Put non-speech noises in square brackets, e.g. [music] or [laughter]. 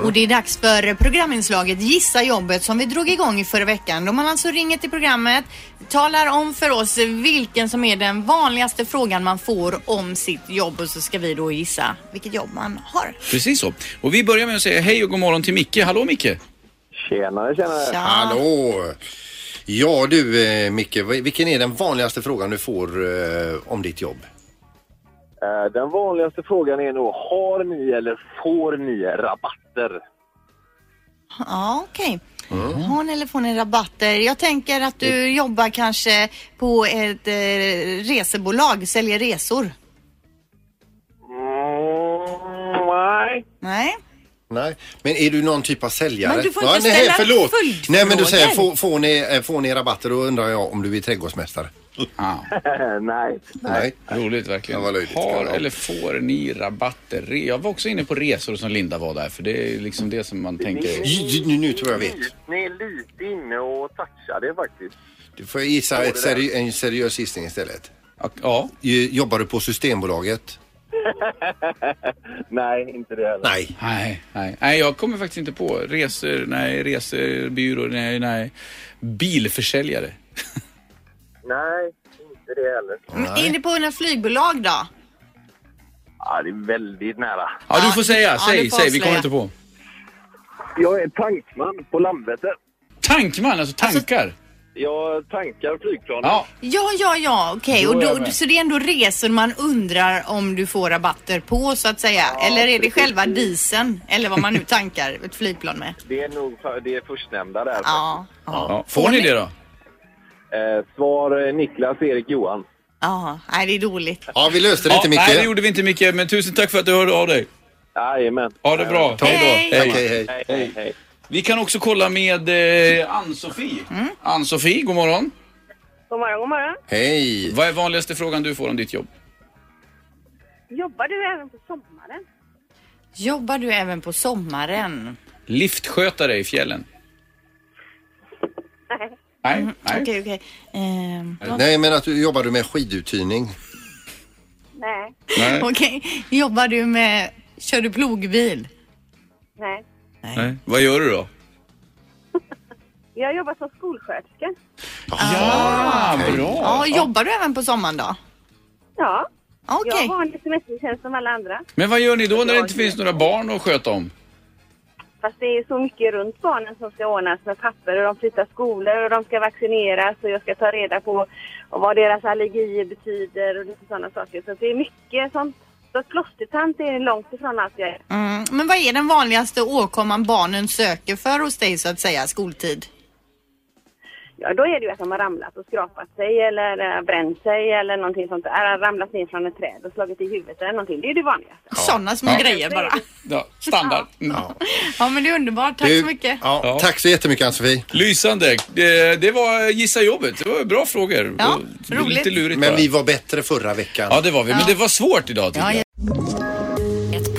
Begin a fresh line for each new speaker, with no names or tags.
Och det är dags för programinslaget Gissa jobbet som vi drog igång i förra veckan. Då man alltså ringer till programmet, talar om för oss vilken som är den vanligaste frågan man får om sitt jobb och så ska vi då gissa vilket jobb man har.
Precis så. Och vi börjar med att säga hej och god morgon till Micke. Hallå Micke!
Tjenare, tjenare.
Tja.
Hallå! Ja du eh, Micke, vi- vilken är den vanligaste frågan du får eh, om ditt jobb?
Eh, Den vanligaste frågan är nog har ni eller får ni rabatter?
Ja, okej. Har ni eller får ni rabatter? Jag tänker att du jobbar kanske på ett eh, resebolag, säljer resor.
Mm, nej.
Nej?
Nej, men är du någon typ av säljare?
Men du får inte ställa
förlåt.
följdfrågor.
Nej men du säger, får, får, ni, eh, får ni rabatter? Då undrar jag om du är trädgårdsmästare.
Eh, nej.
Nej.
Ah, Roligt verkligen.
Ja, vad löjligt.
Har
Ja.
eller får ni rabatter? Re- Jag var också inne på resor som Linda var där för det är liksom det som man tänker.
J- j- Nu, nu tror jag vet.
Ni är lite inne och touchar det faktiskt.
Du får gissa ett seri en seriös gissning istället.
Ja,
J- Jobbar du på Systembolaget?
Nej, inte det heller.
Nej.
nej, nej. Nej, jag kommer faktiskt inte på. Resor, nej. Resebyrå, nej, nej. Bilförsäljare.
Nej, inte det heller.
Men Är det på några flygbolag då?
Ja, det är väldigt nära.
Ja, du får säga.
Ja, du
Säg,
får
säg. Vi kommer inte
avslöja.
på.
Jag är tankman på Landvetter.
Tankman, alltså tankar.
Jag tankar flygplanen.
Ja,
Ja, ja, ja, okej.
Då är
Och
jag
då,
med.
så det är ändå resor man undrar om du får rabatter på så att säga. eller är det själva dieseln eller vad man nu tankar ett flygplan med?
Det är nog för- det är förstnämnda där.
Ja. Ja,
[laughs] ja. Får ni det då?
Eh, svar eh, Niklas Erik Johan.
ja. Nej, det är dåligt.
Ja, vi löste det
Ja,
inte Micke.
nej, det gjorde vi inte Micke. Men tusen tack för att du hörde av dig.
Jajamän.
Ha det bra.
Hej då. Hej.
Hej.
Okej, hej.
Hej, hej, hej.
Vi kan också kolla med eh, Ann-Sofie.
Mm.
Ann-Sofie, god morgon.
God morgon, god morgon.
Hej.
Vad är vanligaste frågan du får om ditt jobb?
Jobbar du även på sommaren?
Jobbar du även på sommaren?
Liftskötare i fjällen?
Nej.
Nej, nej.
Mm, Okej, okej. Ehm,
Nej, men att du jobbar du med skiduthyrning?
Nej.
nej.
Okej. Jobbar du med... Kör du plogbil?
Nej.
nej. Vad gör du då?
Jag jobbar som skolsköterska.
Ja, bra.
Ja, jobbar du även på sommaren då?
Ja.
Okej.
Jag har vanlig semestertjänst som alla andra.
Men vad gör ni då när det inte finns några barn att sköta om?
Fast det är så mycket runt barnen som ska ordnas med papper och de flyttar skolor och de ska vaccineras och jag ska ta reda på vad deras allergier betyder och lite sådana saker. Så det är mycket sånt. Så klostertant är långt ifrån allt jag är.
Mm. Men vad är den vanligaste åkomman barnen söker för hos dig så att säga, skoltid?
Ja, då är det ju att de har ramlat och skrapat sig eller eh, bränt sig eller någonting sånt där. Ramlat ner från ett träd och slagit i huvudet eller någonting. Det är det vanligaste.
Sådana små
Ja.
grejer bara.
Ja, standard. Mm.
Ja men det är underbart, tack
Du-
så mycket.
Ja,
Ja.
Tack så jättemycket Ann-Sofie.
Lysande. Eh, Det var Gissa jobbet. Det var bra frågor.
Ja,
Det var
roligt.
Lite lurigt
Men
bara.
vi var bättre förra veckan.
Ja, det var vi. Men det var svårt idag tycker
Ja,
jag.
Ett